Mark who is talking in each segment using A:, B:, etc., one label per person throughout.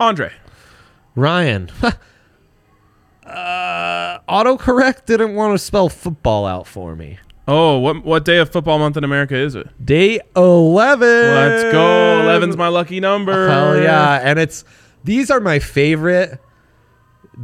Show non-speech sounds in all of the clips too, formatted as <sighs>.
A: Andre.
B: Ryan. <laughs> uh, autocorrect didn't want to spell football out for me.
A: Oh, what what day of football month in America is it?
B: Day 11.
A: Let's go. 11's my lucky number.
B: Oh, Hell yeah. And it's these are my favorite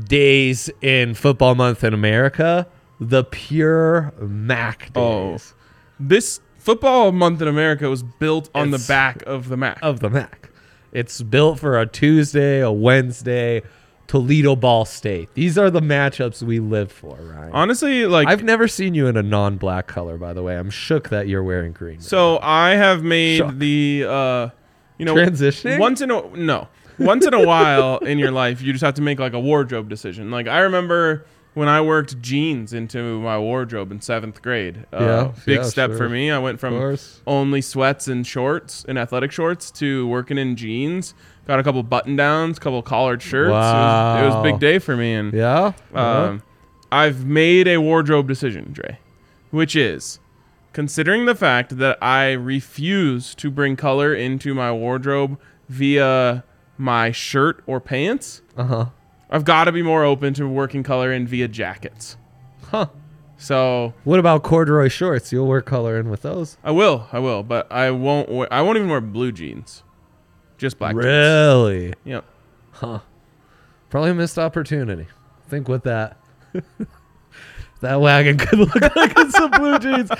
B: days in football month in America. The pure Mac
A: Oh.
B: days
A: This football month in America was built on
B: It's- Oh.
A: the back of the Mac.
B: of the Mac. It's built for a Tuesday, a Wednesday, Toledo Ball State. These are the matchups we live for, Ryan.
A: Honestly, like
B: I've never seen you in a non-black color, by the way. I'm shook that you're wearing green.
A: So I have made
B: Shock.
A: the uh, you know
B: Transitioning?
A: once in a no once in a
B: <laughs>
A: while in your life you just have to make like a wardrobe decision. Like I remember when I worked jeans into my wardrobe in seventh grade. Uh,
B: Yeah,
A: big
B: yeah,
A: step
B: sure.
A: for me. I went from
B: course.
A: only sweats and shorts and athletic shorts to working in jeans. Got a couple button downs, couple collared shirts. It, was, it was a
B: Wow.
A: big day for me, and
B: yeah,
A: um, I've made a wardrobe decision, Dre, which is considering the fact that I refuse to bring color into my wardrobe via my shirt or pants.
B: uh huh.
A: I've got to be more open to working color in via jackets.
B: Huh.
A: So
B: What about corduroy shorts? You'll wear color in with those.
A: I will, I will, but I won't. Wear, I won't even wear blue jeans, just black jeans.
B: Really?
A: Yep.
B: Probably a missed opportunity. Think with that. <laughs> that wagon could look <laughs> like it's some blue jeans.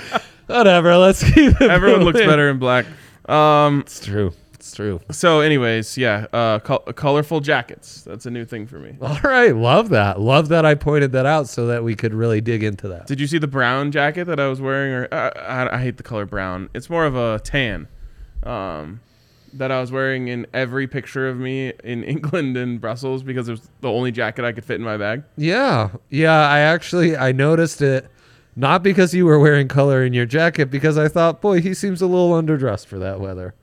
B: Whatever. Let's keep it.
A: Everyone
B: <laughs>
A: looks
B: moving.
A: better in black. Um,
B: It's true. It's true.
A: so, anyways, yeah, uh, col- colorful jackets. That's a new thing for me.
B: All right. Love that. Love that. I pointed that out so that we could really dig into that.
A: Did you see the brown jacket that I was wearing? Or uh, I, I hate the color brown. It's more of a tan um, that I was wearing in every picture of me in <laughs> England and Brussels because it was the only jacket I could fit in my bag.
B: Yeah. Yeah, I actually I noticed it not because you were wearing color in your jacket because I thought, "Boy, he seems a little underdressed for that weather."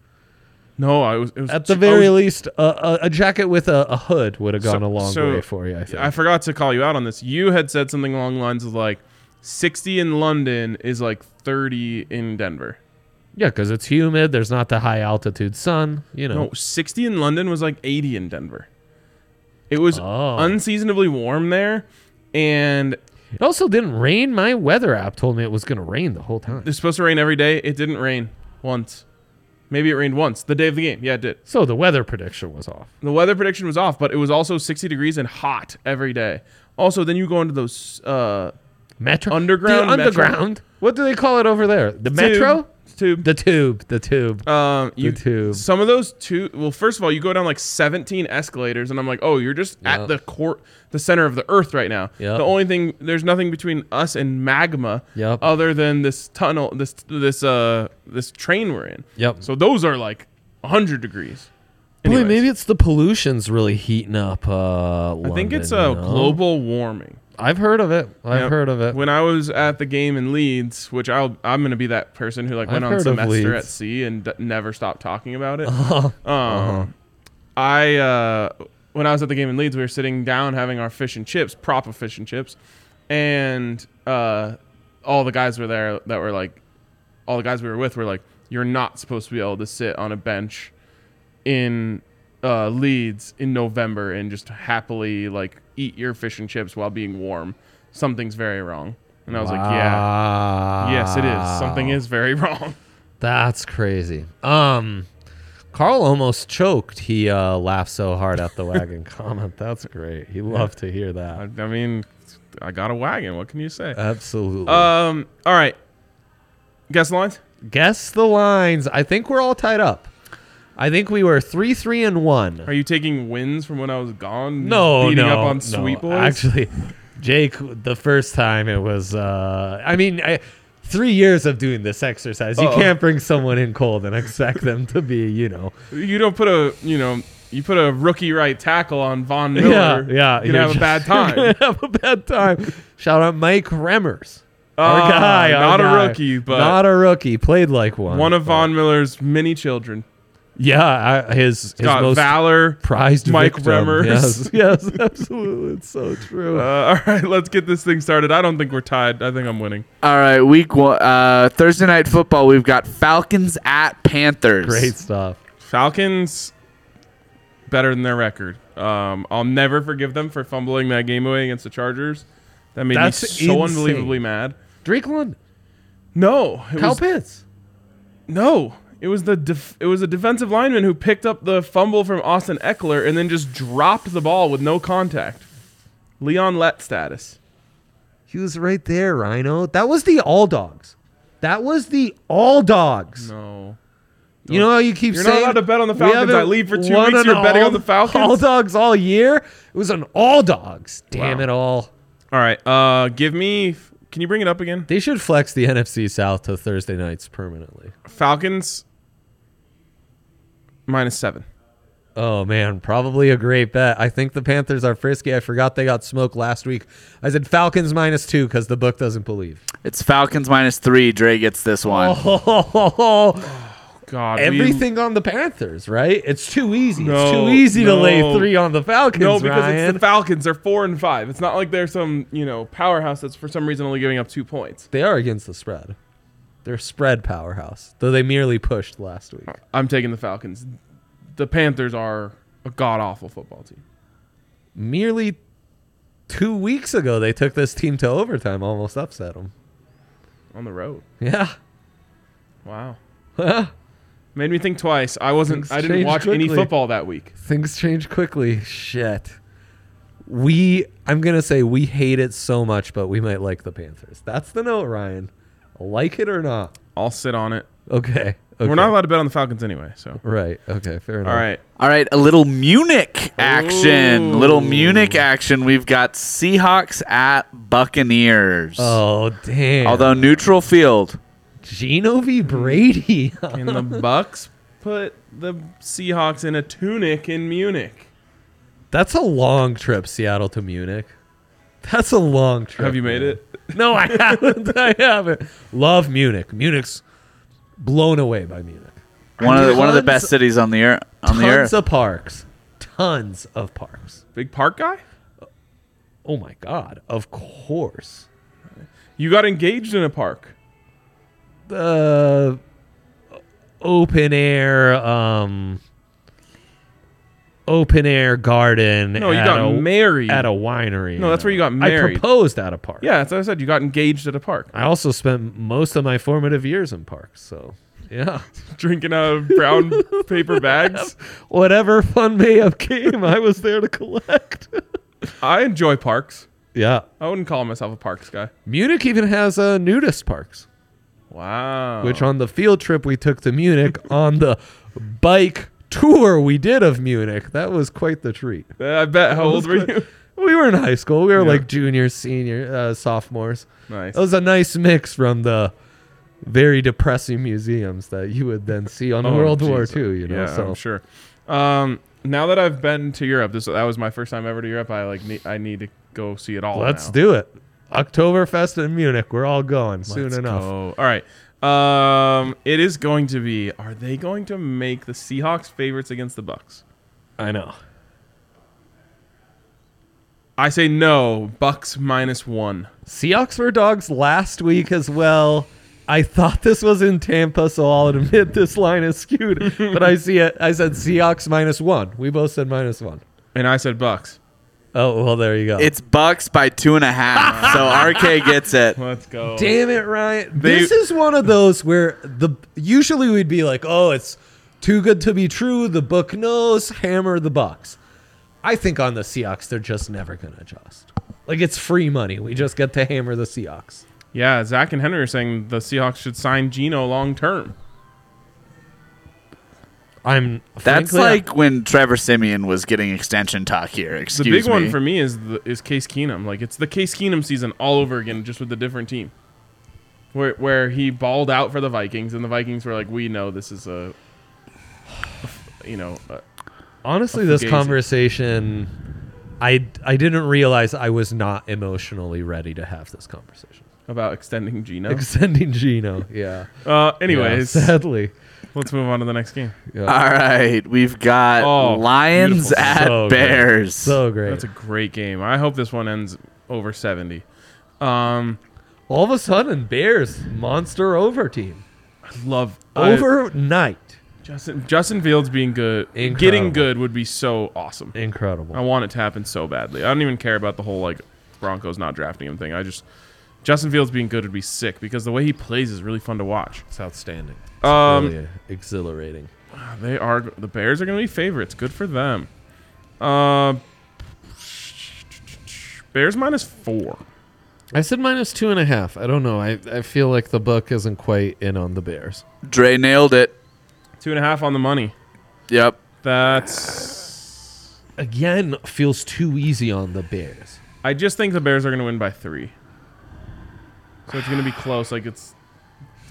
A: No, I was it was
B: At the
A: I
B: very
A: was-
B: least, a, a, a jacket with a, a hood would have gone
A: Oh, So-
B: a long
A: so
B: way for you, I think.
A: I forgot to call you out on this. You had said something along the lines of like 60 in London is like 30 in Denver.
B: yeah, cuz it's humid, there's not the high altitude sun, you know.
A: No, 60 in London was like 80 in Denver. It was
B: Oh.
A: unseasonably warm there and
B: It also didn't rain. My weather app told me it was going to rain the whole time.
A: It's supposed to rain every day. It didn't rain once. Maybe it rained once the day of the game. Yeah, it did.
B: So the weather prediction was off.
A: The weather prediction was off, but it was also 60 degrees and hot every day. Also, then you go into those uh,
B: Metro
A: Underground
B: The
A: metro.
B: underground. What do they call it over there? The metro?
A: tube.
B: The tube. The tube.
A: Um, you
B: tube.
A: some of those two. Well, first of all, you go down like 17 escalators, and I'm like, oh, you're just
B: Yep.
A: at the court, the center of the earth right now.
B: Yep.
A: The only thing there's nothing between us and magma,
B: Yep.
A: other than this tunnel, this this uh this train we're in.
B: Yep.
A: So those are like 100 degrees.
B: Boy,
A: Anyways,
B: maybe it's the pollution's really heating up. Uh,
A: I think it's
B: London,
A: uh,
B: you know?
A: global warming.
B: I've heard of it. I've
A: Yep.
B: heard of it.
A: When I was at the game in Leeds, which I'll, I'm going to be that person who like went
B: I've
A: on
B: heard of
A: semester at
B: Leeds. Uh-huh.
A: sea and d- never stopped talking about
B: <laughs>
A: it. Um, I uh, when I was at the game in Leeds, we were sitting down having our fish and chips, prop of fish and chips, and uh, all the guys were there that were like, all the guys we were with were like, "You're not supposed to be able to sit on a bench in uh, Leeds in November and just happily like eat your fish and chips while being warm. Something's very wrong." And I was like, "Yeah,
B: yeah.
A: yes, it is. Something is very <laughs> wrong."
B: That's crazy. Um, Carl almost choked. He uh, laughed so hard at
A: <laughs>
B: the wagon comment. That's great. He loved to hear
A: I,
B: that.
A: I mean, I got a wagon. What can you say?
B: Absolutely.
A: Um. All right. Guess the lines.
B: Guess the lines. I think we're all tied up. I think we were three, three, and one.
A: Are you taking wins from when I was gone?
B: no,
A: beating
B: no,
A: up on
B: no.
A: Sweet Boys.
B: Actually, Jake, the first time it was. Uh, I mean, I, three years of doing this exercise, you
A: Uh-oh.
B: can't bring someone in cold and expect them to be, you know.
A: you don't put a you know you put a rookie right tackle on Von Miller.
B: yeah, yeah.
A: You're gonna have a bad time.
B: <laughs> You're gonna have a bad time. Shout out Mike Remmers.
A: Ah,
B: Our guy, our
A: not a
B: guy.
A: rookie, but-
B: not a rookie. Played like one.
A: One of
B: but-
A: Von Miller's many children.
B: Yeah, I, his his
A: Got
B: most
A: Valor.
B: prized
A: Mike
B: victim.
A: Remmers.
B: Yes, <laughs> yes, absolutely. It's so
A: Uh, <laughs>
B: true.
A: all right, let's get this thing started. I don't think we're tied. I think I'm winning.
C: All right, week one, uh, Thursday night football. We've got Falcons at Panthers.
B: Great stuff.
A: Falcons better than their record. Um, I'll never forgive them for fumbling that game away against the Chargers. That made
B: That's
A: me so
B: insane.
A: unbelievably mad.
B: Drake London,
A: No, it
B: Kyle
A: was
B: Pitts.
A: No, it was the def- it was a defensive lineman who picked up the fumble from Austin Eckler and then just dropped the ball with no contact. Leon Lett status.
B: He was right there, Rhino. That was the all dogs. That was the all dogs.
A: No.
B: You know how you keep
A: You're not
B: saying
A: allowed to bet on the
B: we
A: Falcons. I
B: haven't
A: leave for two
B: won
A: weeks,
B: an
A: you're betting
B: all-
A: on the Falcons?
B: All dogs all year. It was an all dogs. Damn
A: Wow.
B: it all.
A: All right. Uh, give me. Can you bring it up again?
B: They should flex the NFC South to Thursday nights permanently.
A: Falcons minus seven.
B: Oh man, probably a great bet. I think the Panthers are frisky. I forgot they got smoked last week. I said Falcons minus two because the book doesn't believe. <laughs>
C: It's Falcons minus three. Dre gets this one.
A: Oh. God. we-
B: Everything on the Panthers, right? It's too easy. it's
A: No,
B: too easy to
A: no.
B: lay three on the Falcons.
A: no, because it's
B: Ryan.
A: the Falcons. They're four and five. It's not like they're some you know powerhouse that's for some reason only giving up two points.
B: They are against the spread. They're a spread powerhouse, though they merely pushed last week.
A: I'm taking the Falcons. The Panthers are a god awful football team.
B: Merely two weeks ago, they took this team to overtime, almost upset them.
A: on the road.
B: Yeah.
A: Wow. <laughs> Made me think twice. I wasn't.
B: Things
A: I didn't
B: change
A: watch any
B: quickly.
A: football that week.
B: Things change quickly. Shit. We, I'm going to say we hate it so much, but we might like the Panthers. That's the note, Ryan. Like it or not.
A: I'll sit on it.
B: Okay. okay.
A: We're not allowed to bet on the Falcons anyway. So
B: Right. Okay. Fair enough.
A: all right.
C: All right, a little Munich action.
A: Ooh.
C: Little Munich action. We've got Seahawks at Buccaneers.
B: Oh, damn.
C: Although neutral field.
B: Geno v. Brady. <laughs>
A: Can the Bucks put the Seahawks in a tunic in Munich?
B: That's a long trip, Seattle to Munich. That's a long trip.
A: Have you made
B: man.
A: it?
B: No, I haven't. <laughs> I haven't. Love Munich. Munich's blown away by Munich.
C: One of the, one of the
B: Tons-
C: best cities on the earth. On the
B: Tons
C: earth.
B: of parks. Tons of parks.
A: Big park guy.
B: Oh my god. Of course.
A: You got engaged in a park.
B: The open air um open air garden.
A: No, you
B: at
A: got
B: a-
A: married.
B: at a winery.
A: No, that's where you got
B: I
A: married.
B: proposed at a park.
A: Yeah, that's what I said. You got engaged at a park. <laughs>
B: I also spent most of my formative years in parks, so Yeah. <laughs>
A: drinking out of brown paper bags.
B: Whatever fund may have came, I was there to collect. <laughs>
A: I enjoy parks.
B: yeah.
A: I wouldn't call myself a parks guy.
B: Munich even has uh, nudist parks,
A: Wow.
B: which on the field trip we took to Munich <laughs> on the bike tour we did of Munich, that was quite the treat.
A: I bet. How old were you? <laughs>
B: We were in high school. We were like juniors, senior, uh, sophomores.
A: Nice.
B: It was a nice mix from the very depressing museums that you would then see on
A: Oh,
B: World War
A: Jesus.
B: II. You know,
A: yeah,
B: so
A: I'm sure. Um, now that I've been to Europe, this that was my first time ever to Europe. I like need, I need to go see it all.
B: let's
A: now.
B: do it. Oktoberfest in Munich. We're all going soon
A: Let's
B: enough.
A: go. All right. Um, it is going to be. Are they going to make the Seahawks favorites against the Bucks?
B: I know.
A: I say no. Bucks minus one.
B: Seahawks were dogs last week as well. I thought this was in Tampa, so I'll admit this line is skewed. but I see it. I said Seahawks minus one. We both said minus one.
A: And I said Bucks.
B: Oh well, there you go.
C: It's Bucks by two and a
A: <laughs>
C: half. so RK gets it.
A: Let's go.
B: Damn it, Ryan.
A: They-
B: this is one of those where the usually we'd be like, "Oh, it's too good to be true. The book knows. Hammer the Bucks." I think on the Seahawks, they're just never going to adjust. Like it's free money. We just get to hammer the Seahawks.
A: Yeah, Zach and Henry are saying the Seahawks should sign Geno long term.
B: I'm
C: That's
B: frankly,
C: like when Trevor Simeon was getting extension talk here.
A: The
C: Excuse
A: big
C: me.
A: one for me is the, is Case Keenum. Like it's the Case Keenum season all over again, just with a different team. Where where he balled out for the Vikings, and the Vikings were like, we know this is a, <sighs> you know, uh, a,
B: honestly this
A: Fugazi.
B: conversation. I I didn't realize I was not emotionally ready to have this conversation.
A: about extending Geno.
B: Extending Gino, yeah.
A: Uh, anyways,
B: Yeah, <laughs> sadly,
A: let's move on to the next game.
C: All right, we've got
A: Oh,
C: Lions
A: beautiful.
C: Uh, at
B: So good.
C: Bears.
B: so great.
A: That's a great game. I hope this one ends over seventy. Um,
B: All of a sudden, Bears monster over team
A: love I-
B: overnight.
A: Justin Justin Fields being good,
B: Incredible.
A: getting good would be so awesome.
B: Incredible.
A: I want it to happen so badly. I don't even care about the whole like Broncos not drafting him thing. I just Justin Fields being good would be sick because the way he plays is really fun to watch.
B: It's outstanding. It's
A: Um,
B: really exhilarating.
A: They are the Bears are going to be favorites. Good for them. Uh, Bears minus four.
B: I said minus two and a half. I don't know. I, I feel like the book isn't quite in on the Bears.
C: Dre nailed it.
A: Two and a half on the money.
C: Yep.
A: That's.
B: Again, feels too easy on the Bears.
A: I just think the Bears are going to win by three. So it's going to be close. Like it's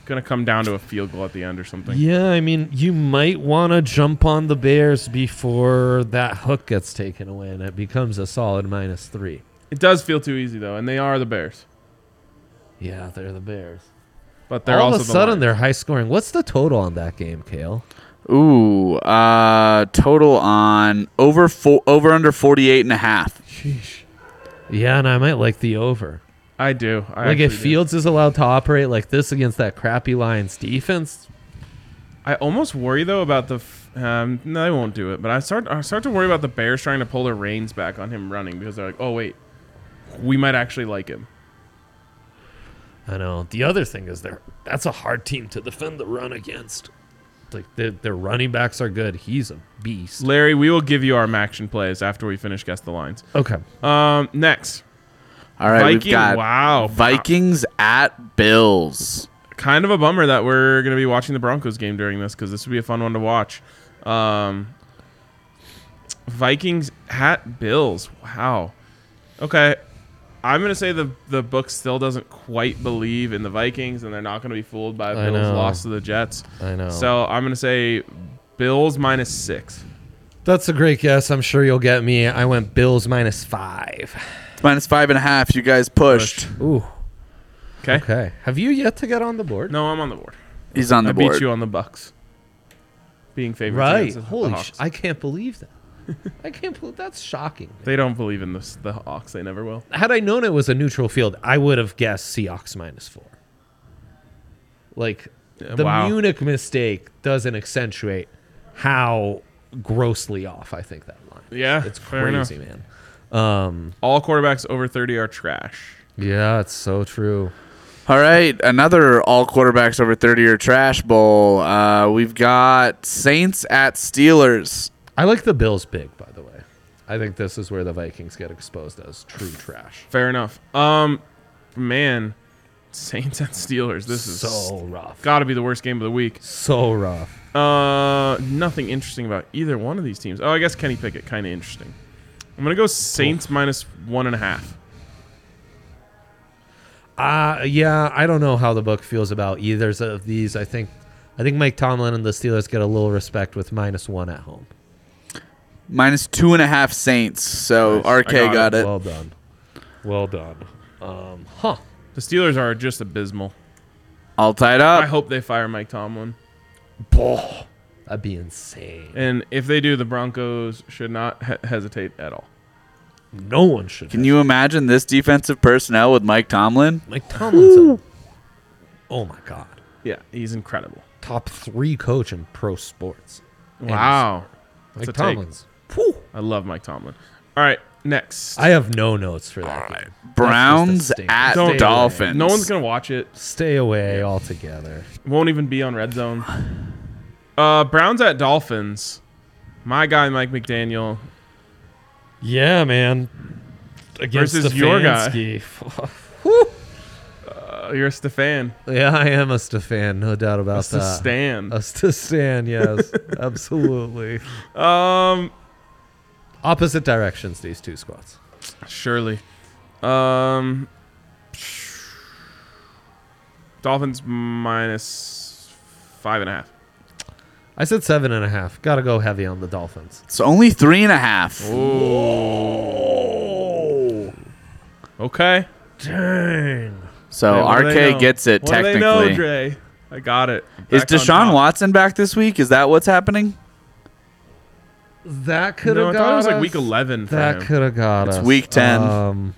A: going to come down to a field goal at the end or something.
B: Yeah, I mean, you might want to jump on the Bears before that hook gets taken away and it becomes a solid minus three.
A: It does feel too easy though, and they are the Bears,
B: Yeah, they're the Bears.
A: but they're
B: All
A: also
B: of a sudden,
A: the
B: they're high scoring. What's the total on that game, Kale?
C: Ooh, uh, total on over four, over under 48 and a half.
B: Yeah, and I might like the over.
A: I do. I
B: like if
A: actually do.
B: Fields is allowed to operate like this against that crappy Lions defense,
A: I almost worry though about the. F- um, no, they won't do it. But I start. I start to worry about the Bears trying to pull their reins back on him running because they're like, oh wait, we might actually like him.
B: I know. The other thing is they're that's a hard team to defend the run against. Like their their running backs are good. He's a beast.
A: Larry, we will give you our action plays after we finish guess the lines.
B: Okay.
A: Um, next,
C: All right,
A: Viking.
C: we've got
A: wow,
C: Vikings at Bills.
A: kind of a bummer that we're gonna be watching the Broncos game during this because this would be a fun one to watch. Um, Vikings at Bills. Wow. Okay, I'm gonna say the the book still doesn't quite believe in the Vikings, and they're not gonna be fooled by
B: I
A: Bills'
B: know.
A: loss to the Jets.
B: I know.
A: So I'm gonna say Bills minus six.
B: That's a great guess. I'm sure you'll get me. I went Bills minus five.
C: It's minus five and a half. You guys pushed.
B: Ooh.
A: Okay.
B: Okay. Have you yet to get on the board?
A: No, I'm on the board.
C: He's on the
A: I
C: board.
A: beat you on the Bucks. Being favored.
B: Right. Holy sh- I can't believe that. <laughs> I can't believe that's shocking.
A: they don't believe in this, the Hawks. They never will.
B: had I known it was a neutral field, I would have guessed Seahawks minus four. Like the
A: wow.
B: Munich mistake doesn't accentuate how grossly off I think that line. is.
A: Yeah,
B: it's
A: fair enough.
B: crazy, man.
A: All quarterbacks over 30 are trash.
B: Yeah, it's so true.
C: All right, another all quarterbacks over 30 or trash bowl. Uh, we've got Saints at Steelers.
B: I like the Bills big, by the way. I think this is where the Vikings get exposed as true trash.
A: Fair enough. Um, man, Saints at Steelers. This is
B: So rough.
A: got to be the worst game of the week.
B: So rough.
A: Uh, nothing interesting about either one of these teams. Oh, I guess Kenny Pickett, kind of interesting. I'm gonna go Saints minus one and a half.
B: Uh yeah, I don't know how the book feels about either of these. I think I think Mike Tomlin and the Steelers get a little respect with minus one at home.
C: Minus two and a half Saints. So
A: Nice.
C: RK
A: I got
C: got, it.
B: Well done. Well done. Um huh.
A: The Steelers are just abysmal.
C: All tied
A: I
C: up.
A: hope they fire Mike Tomlin.
B: Boah. That'd be insane.
A: And if they do, the Broncos should not he- hesitate at all.
B: No one should
C: Can you imagine this defensive personnel with Mike Tomlin?
B: Mike Tomlin's a, Oh my god.
A: Yeah, he's incredible.
B: Top three coach in pro sports.
A: Wow, that's
B: Mike
A: a take.
B: Tomlin's. Whew.
A: I love Mike Tomlin. All right, next.
B: I have no notes for that. game.
C: Browns
B: statement.
C: at
A: Don't-
C: Dolphins.
A: no one's gonna watch it.
B: Stay away altogether.
A: Won't even be on red zone. Uh, Browns at Dolphins. My guy Mike McDaniel.
D: Yeah, man. Against
A: Versus your guy.
D: Stefanski.
A: Uh, you're a Stefan.
B: Yeah, I am a Stefan, no doubt about
A: That's a
B: that. Uh,
A: Stan.
B: Us to
A: <laughs>
B: stand, yes, absolutely.
A: Um,
B: Opposite directions, these two squads.
A: surely. Um, Dolphins minus five and a half.
B: I said seven and a half. Got to go heavy on the Dolphins.
C: It's only three and a half.
A: Okay.
B: Dang.
C: So
A: Hey, what do they
C: RK
A: know?
C: Oh, gets it
A: What do
C: technically.
A: they know, Dre? I got it.
C: Is
A: Back on
C: Deshaun
A: top.
C: Watson back this week? Is that what's happening?
B: That could have
A: No, I
B: got
A: thought it was like
B: us.
A: week eleven. For
B: That
A: him.
B: could have got
C: It's
B: us.
C: week 10.
B: Um,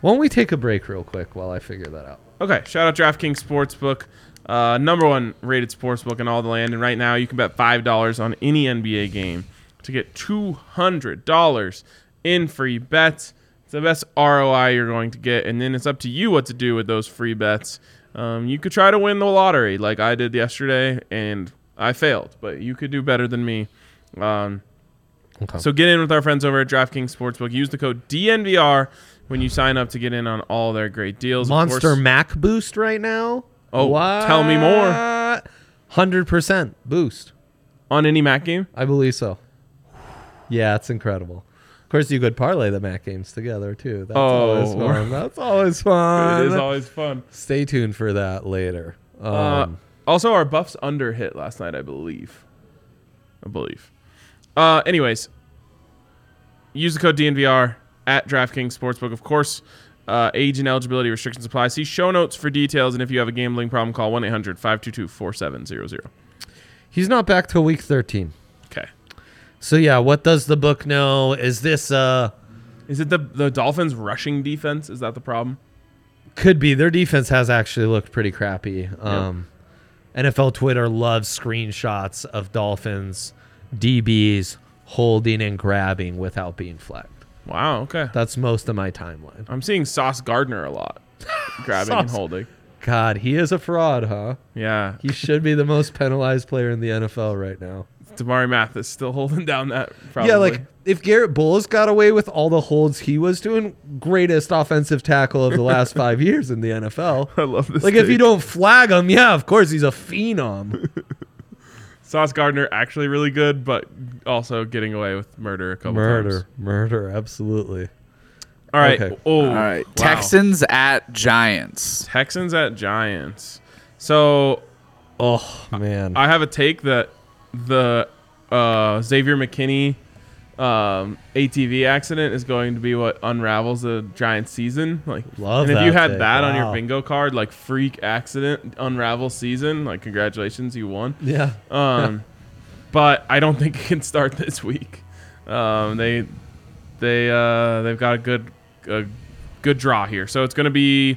B: why don't we take a break real quick while I figure that out?
A: Okay, shout out DraftKings Sportsbook, uh, number one rated sportsbook in all the land. And right now, you can bet $5 on any NBA game to get $200 in free bets. It's the best ROI you're going to get. And then it's up to you what to do with those free bets. Um, you could try to win the lottery like I did yesterday, and I failed, but you could do better than me. Um, so get in with our friends over at DraftKings Sportsbook. Use the code DNVR when you sign up to get in on all their great deals. Of
B: Monster
A: course-
B: Mac boost right now.
A: Oh, tell me more.
B: Hundred percent boost.
A: on any Mac game.
B: I believe so. Yeah, it's incredible. Of course, you could parlay the Mac games together too. That's always
A: Oh.
B: fun. That's always fun.
A: always fun. Uh,
B: Stay tuned for that later. Um,
A: also, our Buffs under hit last night, I believe. I believe. Uh, anyways, use the code DNVR at DraftKings Sportsbook. Of course, uh, age and eligibility restrictions apply. See show notes for details. And if you have a gambling problem, call 1 800 522 4700.
B: he's not back till week thirteen.
A: Okay.
B: So yeah, what does the book know? Is this uh
A: Is it the, the Dolphins' rushing defense? Is that the problem?
B: could be their defense has actually looked pretty crappy. Um, NFL Twitter loves screenshots of Dolphins DBs holding and grabbing without being flagged.
A: Wow. Okay.
B: That's most of my timeline.
A: I'm seeing Sauce Gardner a lot, <laughs> grabbing and
B: Sauce.
A: holding.
B: God, he is a fraud, huh?
A: Yeah.
B: He should be the most penalized player in the NFL right now.
A: Damari Mathis still <laughs> holding down that. Probably.
B: Yeah, like if Garrett Bowles got away with all the holds he was doing, greatest offensive tackle of
A: <laughs>
B: the last five years in the NFL.
A: I love this.
B: Like if
A: take.
B: you don't flag him, yeah, of course he's
A: <laughs>
B: a phenom.
A: Sauce Gardner actually really good, but also getting away with murder a couple times.
B: murder, murder, absolutely.
A: All right.
B: Okay.
A: Oh,
C: All right.
A: wow.
C: Texans at Giants.
A: Texans at Giants. So
B: Oh man,
A: I have a take that the uh, Xavier McKinney um, ATV accident is going to be what unravels the Giants season. Like,
B: Love
A: and if you
B: that
A: had
B: pick.
A: that on your
B: Wow.
A: bingo card, like freak accident unravel season, like congratulations, you won.
B: yeah.
A: Um, but I don't think it can start <laughs> this week. Um, they they uh, they've got a good a good draw here, so it's going to be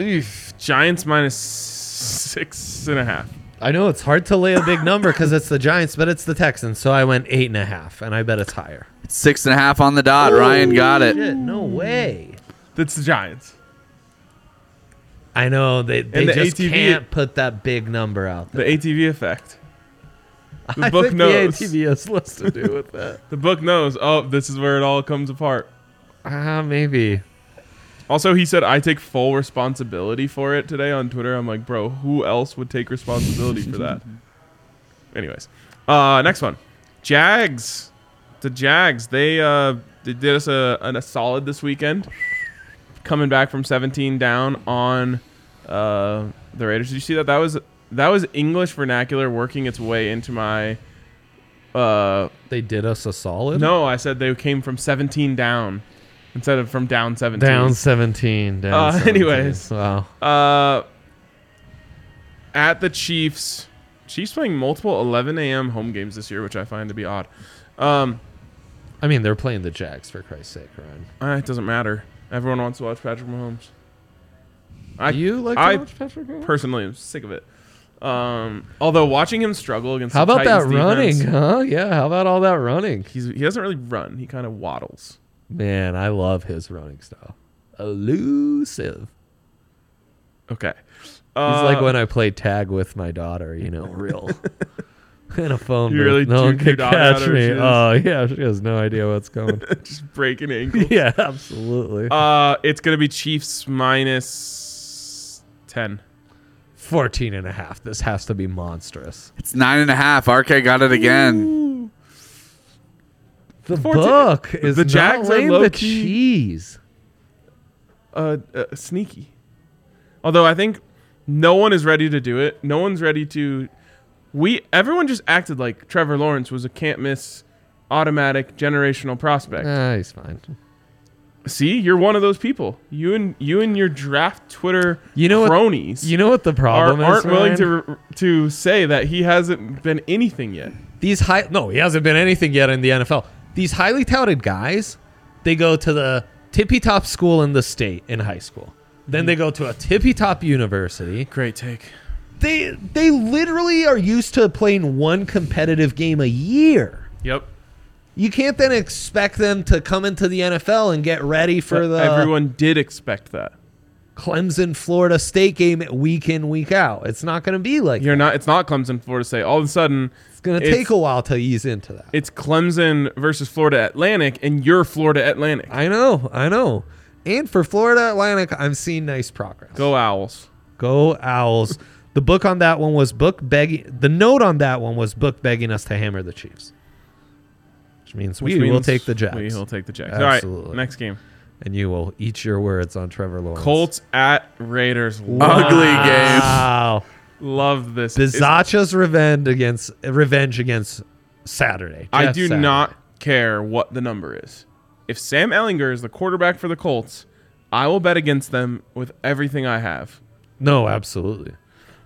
A: oof, Giants minus six and a half.
B: I know it's hard to lay a big number because it's the Giants, but it's the Texans. So I went eight and a half, and I bet it's higher.
C: Six and a half on the dot. Ryan got it.
B: Shit, no way.
A: That's the Giants.
B: I know they, they
A: the
B: just
A: ATV
B: can't put that big number out
A: The
B: there.
A: ATV effect. The
B: <laughs> I
A: book
B: think
A: knows.
B: the ATV has less to do
A: <laughs>
B: with that.
A: The book knows. Oh, this is where it all comes apart.
B: Ah, maybe.
A: Also, he said, I take full responsibility for it today on Twitter. I'm like, bro, who else would take responsibility for that? Anyways, uh, next one Jags. The Jags, they, uh, they did us a, an, a solid this weekend. Coming back from 17 down on uh, the Raiders. Did you see that? That was that was English vernacular working its way into my. Uh,
B: They did us a solid.
A: no, I said they came from 17 down instead of from down 17.
D: Down 17. Down
A: Uh,
D: 17.
A: anyways.
D: Wow.
A: Uh, at the Chiefs. Chiefs playing multiple 11 a.m. home games this year, which I find to be odd. Um,
B: I mean they're playing the Jags for Christ's sake, Ryan.
A: uh, it doesn't matter. Everyone wants to watch Patrick Mahomes. I
B: Do you like to
A: I
B: watch Patrick Mahomes?
A: personally am sick of it. Um, although watching him struggle against
B: How
A: the
B: about that
A: Titans
B: running,
A: defense,
B: huh? Yeah, how about all that running?
A: he's he doesn't really run. He kind of waddles.
B: Man, I love his running style. Elusive.
A: Okay.
B: He's
A: Uh,
B: like when I play tag with my daughter, you
A: <laughs>
B: know, real in a phone.
A: You
B: booth.
A: really
B: no one
A: took your
B: could
A: daughter out
B: catch
A: of
B: me.
A: shoes?
B: Oh yeah, she has no idea
A: <laughs>
B: what's going.
A: just breaking ankle. <laughs>
B: <laughs> yeah, absolutely.
A: Uh, it's gonna be Chiefs minus ten.
B: 14 and a half. This has to be monstrous.
C: It's nine and a half. RK got it again.
B: The
A: 14
B: book is
A: the
B: the
A: Jags
B: Jags
A: are
B: not laying the
A: low-key-
B: cheese.
A: Uh, uh, sneaky. Although I think no one is ready to do it. No one's ready to. We everyone just acted like Trevor Lawrence was a can't miss, automatic generational prospect.
B: Ah, he's fine.
A: See, you're one of those people. You and you and your draft Twitter
B: You know what-
A: cronies
B: You know what the
A: are,
B: problem
A: aren't
B: is?
A: willing
B: Ryan?
A: to to say that he hasn't been anything yet.
B: These high no, he hasn't been anything yet in the NFL. These highly touted guys, they go to the tippy top school in the state in high school. Then they go to a tippy top university.
A: Great take.
B: They they literally are used to playing one competitive game a year.
A: Yep.
B: You can't then expect them to come into the NFL and get ready for
A: But
B: the
A: everyone did expect that.
B: Clemson Florida State game week in week out. It's not going to be like
A: You're not. It's not Clemson, Florida State. All of a sudden,
B: it's going to
A: it's-
B: take a while to ease into that.
A: It's Clemson versus Florida Atlantic, and you're Florida Atlantic.
B: I know, I know. And for Florida Atlantic, I'm seeing nice progress.
A: Go Owls.
B: Go Owls. the book on that one was book begging. The note on that one was book begging us to hammer the Chiefs, which means
A: Which
B: we will
A: means
B: take the Jacks,
A: We will take the Jags. All right,
B: Absolutely.
A: next game.
B: and you will eat your words on Trevor Lawrence.
A: Colts at Raiders. Love,
C: Ugly game.
B: Wow.
A: love this. It's-
B: Bizacha's revenge against revenge against Saturday.
A: I
B: Jeff
A: do
B: Saturday.
A: not care what the number is. If Sam Ellinger is the quarterback for the Colts, I will bet against them with everything I have.
B: No, absolutely.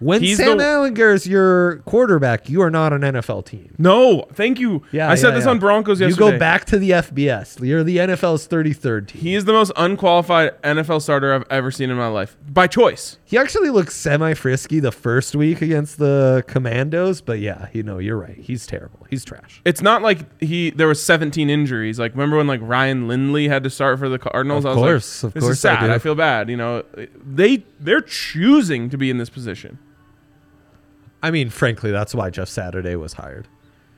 B: When
A: He's
B: Sam
A: the-
B: Ellinger is your quarterback, you are not an NFL team.
A: No, thank you.
B: Yeah,
A: I said
B: yeah,
A: this
B: yeah.
A: on Broncos yesterday.
B: You go back to the FBS. You're the NFL's 33rd team.
A: He is the most unqualified NFL starter I've ever seen in my life by choice.
B: He actually looked semi frisky the first week against the Commandos, but yeah, you know, you're right. He's terrible. He's trash.
A: It's not like he there was 17 injuries. Like remember when like Ryan Lindley had to start for the Cardinals?
B: Of
A: I was
B: course,
A: like,
B: of
A: this is
B: course I
A: sad.
B: do.
A: I, feel bad. You know, they they're choosing to be in this position.
B: I mean, frankly, that's why Jeff Saturday was hired.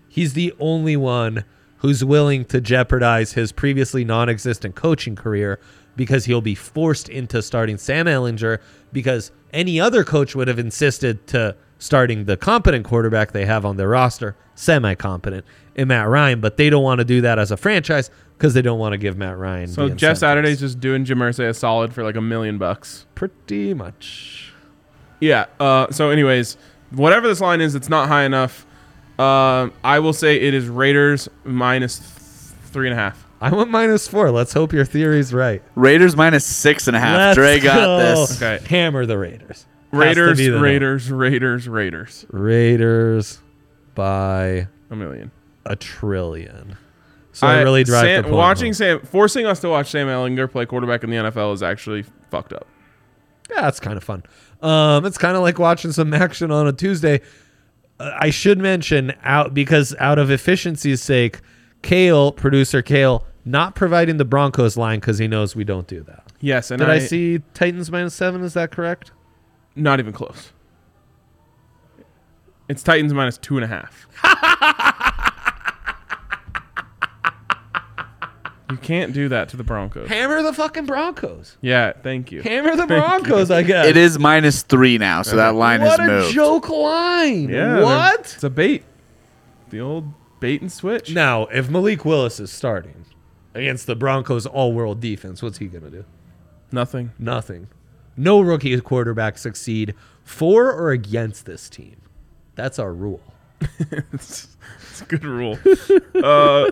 B: He's the only one who's willing to jeopardize his previously non existent coaching career because he'll be forced into starting Sam Ellinger because any other coach would have insisted to starting the competent quarterback they have on their roster, semi competent, in Matt Ryan, but they don't want to do that as a franchise because they don't want to give Matt Ryan.
A: So Jeff
B: the incentives.
A: Saturday's just doing Jim Irsay a solid for like a million bucks.
B: pretty much.
A: Yeah. Uh, so anyways, whatever this line is, it's not high enough. Um, I will say it is Raiders minus th- three and a half.
B: I went minus four. Let's hope your theory's right.
C: Raiders minus six and a half.
B: Let's
C: Dre got
B: go.
C: this.
A: Okay.
B: Hammer the Raiders. Has to
A: Raiders,
B: be the number.
A: Raiders, Raiders, Raiders.
B: Raiders by
A: A million.
B: a trillion. So I, really drive
A: Sam,
B: the point
A: watching
B: home.
A: Sam forcing us to watch Sam Ellinger play quarterback in the NFL is actually fucked up.
B: Yeah, it's kind of fun. Um, it's kind of like watching some action on a Tuesday. Uh, I should mention out because out of efficiency's sake, Kale producer Kale not providing the Broncos line because he knows we don't do that.
A: Yes, and
B: Did
A: I,
B: I see Titans minus seven? Is that correct?
A: Not even close. It's Titans minus two and a half. <laughs> you can't do that to the Broncos.
B: Hammer the fucking Broncos.
A: Yeah, thank you.
B: Hammer the Broncos, I guess.
C: It is minus three now, so that line
B: What
C: has
B: a
C: moved.
B: joke line.
A: Yeah,
B: what?
A: It's a bait. The old bait and switch.
B: Now, if Malik Willis is starting against the Broncos all-world defense, what's he gonna do?
A: Nothing. <laughs>
B: Nothing. No rookie quarterback succeed for or against this team. That's our rule.
A: it's, it's a good
B: <laughs>
A: rule. uh,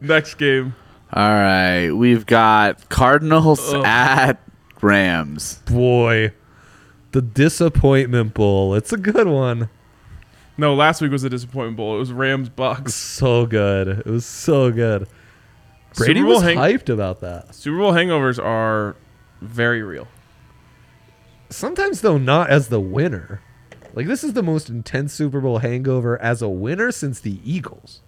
A: next game.
C: All right, we've got Cardinals
A: Oh.
C: at Rams.
B: Boy, the disappointment bowl. It's a good one.
A: No, last week was a disappointment bowl. It was Rams Bucks.
B: So good. It was so good. Brady
A: Bowl
B: was
A: hang-
B: hyped about that.
A: Super Bowl hangovers are very real.
B: Sometimes though, not as the winner. Like this is the most intense Super Bowl hangover as a winner since the Eagles.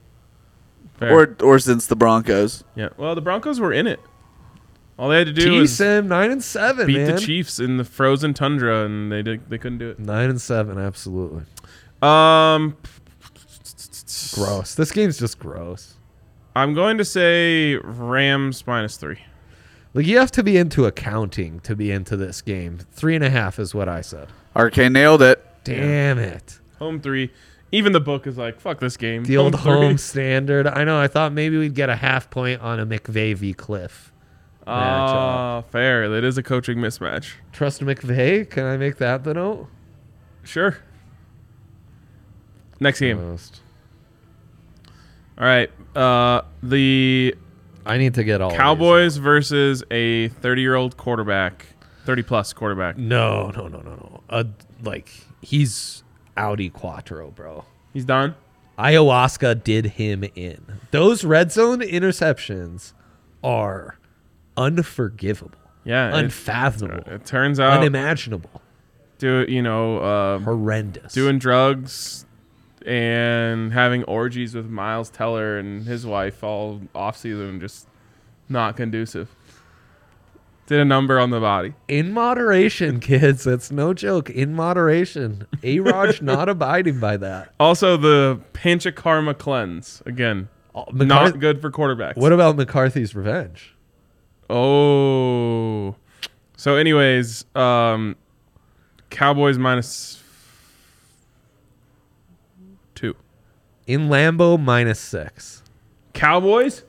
A: Fair.
C: Or or since the Broncos.
A: yeah. Well, the Broncos were in it. All they had to do
B: T
A: was
B: Sim nine and seven,
A: beat
B: man.
A: the Chiefs in the frozen tundra, and they did, they couldn't do it.
B: Nine and seven, absolutely.
A: Um,
B: Gross. This game's just gross.
A: I'm going to say Rams minus three.
B: Like you have to be into accounting to be into this game. Three and a half is what I said.
C: RK nailed it.
B: Damn it.
A: Home three. Even the book is like, fuck this game.
B: The old
A: three. <laughs>
B: home standard. I know. I thought maybe we'd get a half point on a McVay v. Cliff.
A: Ah, fair. That is a coaching mismatch.
B: Trust McVay? Can I make that the note?
A: Sure. Next game.
B: Almost.
A: All right. Uh, the
B: I need to get all of these.
A: Cowboys versus a 30 year old quarterback, 30 plus quarterback.
B: No, no, no, no, no. Uh, like he's Audi Quattro, bro.
A: He's done.
B: Ayahuasca did him in. Those red zone interceptions are unforgivable,
A: Yeah. it-
B: unfathomable,
A: It, turns out,
B: unimaginable,
A: do you know, um,
B: horrendous.
A: doing drugs and having orgies with Miles Teller and his wife all off season just not conducive. Did a number on the body.
B: in moderation, <laughs> kids. That's no joke. In moderation. A Raj not abiding by that.
A: Also, the pinch of karma cleanse again.
B: Oh, McCar-
A: Not good for quarterbacks.
B: What about McCarthy's revenge?
A: Oh. So, anyways, um, Cowboys minus two.
B: In Lambo minus six.
A: Cowboys?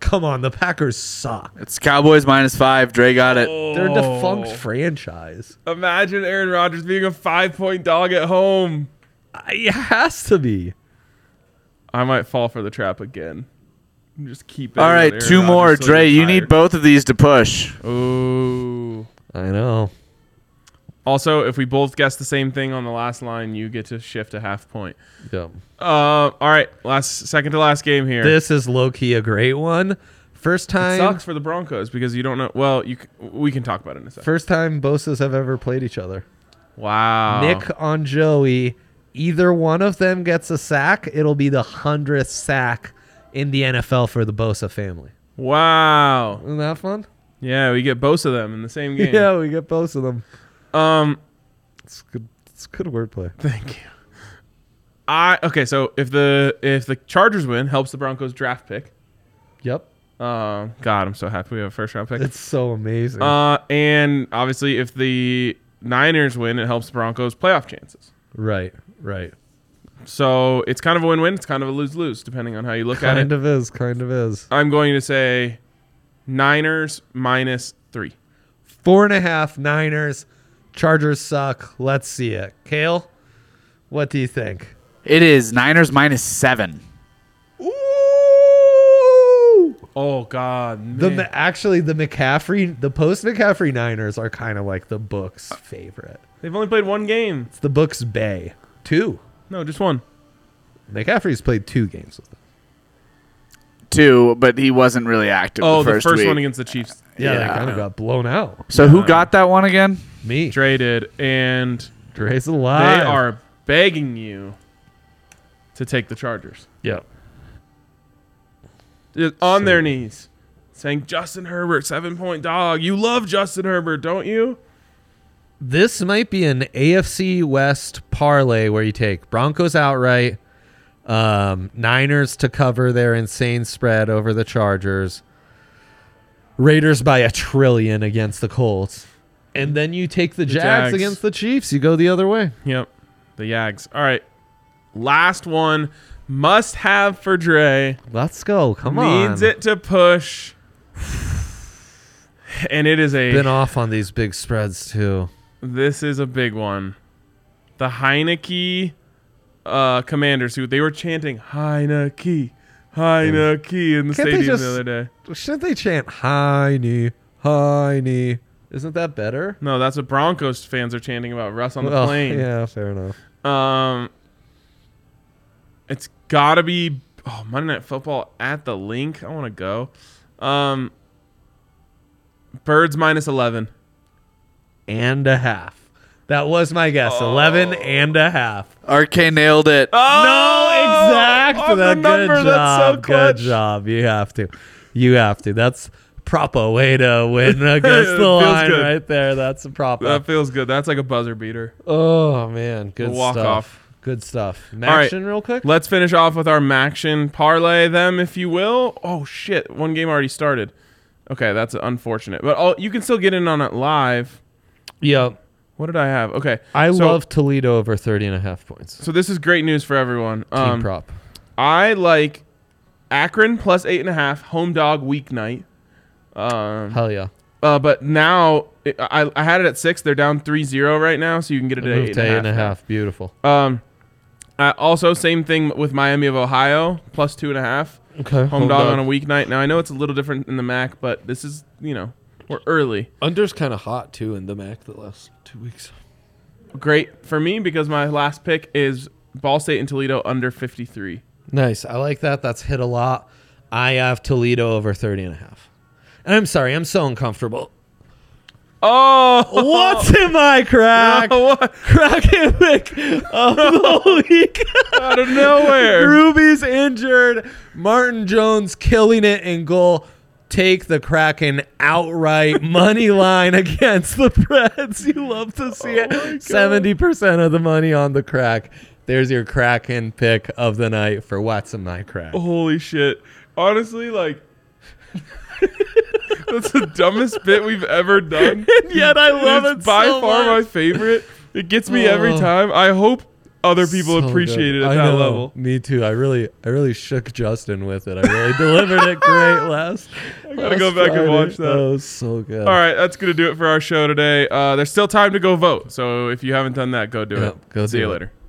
B: Come on, the Packers suck.
C: It's Cowboys minus five. Dre got it.
A: Oh,
B: They're a defunct franchise.
A: Imagine Aaron Rodgers being a five point dog at home.
B: It has to be.
A: I might fall for the trap again. Just keep it.
C: All right, two more. Dre, you need both of these to push.
A: Oh.
B: I know.
A: Also, if we both guess the same thing on the last line, you get to shift a half point.
B: Yeah.
A: Uh, all right, last second to last game here.
B: This is low key a great one. First
A: It
B: time,
A: sucks for the Broncos because you don't know. Well, you c- we can talk about it in a second.
B: first time Bosa's have ever played each other.
A: wow,
B: Nick on Joey. Either one of them gets a sack, it'll be the hundredth sack in the NFL for the Bosa family.
A: Wow,
B: Isn't that fun?
A: yeah, we get both of them in the same game.
B: Yeah, we get both of them.
A: Um,
B: It's good. It's good wordplay.
A: thank you. I okay. So if the if the Chargers win, helps the Broncos draft pick.
B: Yep,
A: Uh, God, I'm so happy we have a first round pick.
B: it's so amazing.
A: Uh, and obviously if the Niners win, it helps the Broncos playoff chances.
B: right, right.
A: So it's kind of a win win. It's kind of a lose lose, depending on how you look at it.
B: Kind of is. Kind of is.
A: I'm going to say Niners minus three.
B: Four and a half Niners. Chargers suck. Let's see it. Kale, what do you think?
C: It is Niners minus seven.
B: Ooh!
A: Oh God, man.
B: The Ma- actually the McCaffrey the post McCaffrey Niners are kind of like the book's favorite.
A: they've only played one game.
B: It's the book's bay. Two.
A: No, just one.
B: McCaffrey's played two games with them.
C: Two, but he wasn't really active.
A: Oh,
C: the first, week.
A: one against the Chiefs.
B: Yeah, they
C: Yeah.
B: kind of got blown out.
C: So who got that one again?
B: Me, Dre,
A: Traded, and
B: Dre's
A: they
B: alive.
A: are begging you to take the Chargers
B: Yeah.
A: Just on their knees, saying Justin Herbert seven point dog. You love Justin Herbert, don't you?
B: this might be an AFC West parlay where you take Broncos outright, um, Niners to cover their insane spread over the Chargers, Raiders by a trillion against the Colts, and then you take the, Jags,
A: Jags.
B: against the Chiefs. You go the other way.
A: Yep. The Yags. All right. Last one. Must have for Dre.
B: Let's go. Come on.
A: Needs it to push. And it is a
B: Been off on these big spreads too.
A: This is a big one. The Heineke uh, commanders who they were chanting Heineke, Heineke in the
B: Can't they
A: stadium
B: just-
A: the other day.
B: Shouldn't they chant Heine, Heine? Isn't that better?
A: No, that's what Broncos fans are chanting about Russ on the
B: Well,
A: plane.
B: Yeah, fair enough.
A: Um, it's gotta be oh Monday Night Football at the link. I want to go. Um, Birds minus eleven.
B: and a half. That was my guess.
A: Oh.
B: Eleven and a half.
C: RK nailed it.
B: no, exactly.
A: on the number,
B: good
A: Oh, that's so
B: job. good
A: clutch.
B: job. You have to. You have to. That's proper way to
A: <laughs>
B: win against
A: It
B: the
A: feels
B: line
A: good.
B: right there. That's a proper.
A: That feels good. That's like a buzzer beater.
B: oh man, good
A: walk
B: stuff.
A: off.
B: Good stuff.
A: right.
B: Action real quick.
A: Let's finish off with our Maction parlay them, if you will. Oh shit, one game already started. Okay, that's unfortunate, but oh, you can still get in on it live.
B: yeah,
A: What did I have? Okay,
B: I
A: so,
B: love Toledo over 30 and a half points.
A: So this is great news for everyone.
B: Team
A: Um,
B: prop.
A: I like Akron plus eight and a half home dog weeknight. Um,
B: Hell yeah.
A: uh, but now it, I, I had it at six. They're down 3-0 right now, so you can get it at
B: Move
A: eight
B: to eight and a half. Beautiful.
A: Um, uh, also, same thing with Miami of Ohio plus two and a half
B: Okay.
A: home dog on a weeknight. Now I know it's a little different in the MAC, but this is you know we're early.
D: Under's kind of hot too in the MAC the last two weeks.
A: Great for me because my last pick is Ball State and Toledo under 53.
B: Nice. I like that. That's hit a lot. I have Toledo over 30 and a half. And I'm sorry, I'm so uncomfortable.
A: <laughs> Oh, <laughs>
B: What's in my crack?
A: what?
B: Crack <laughs> and pick of the
A: <laughs>
B: week.
A: out of nowhere.
B: Ruby's injured. Martin Jones killing it in goal. Take the Kraken
A: <laughs>
B: outright money line against the Preds. You love to see
A: Oh
B: it. Seventy percent of the money on the crack. There's your Kraken pick of the night for what's in my
A: <laughs>
B: crack.
A: Holy shit. Honestly, like <laughs> that's the dumbest bit we've ever done.
B: Yet <laughs> I love
A: it's
B: it
A: by
B: so
A: far
B: much.
A: my favorite. It gets me every
B: Oh.
A: time. I hope other people
B: So
A: appreciate it
B: good.
A: at
B: I
A: that
B: know.
A: level.
B: Me too. I really, I really shook Justin with it. I really delivered
A: <laughs>
B: it great last. I
A: gotta go back and watch that.
B: That was so good.
A: All right, that's gonna do it for our show today. Uh, there's still time to go vote, so if you haven't done that, go do
B: Yeah,
A: it.
B: go
A: See
B: do
A: you
B: it.
A: later.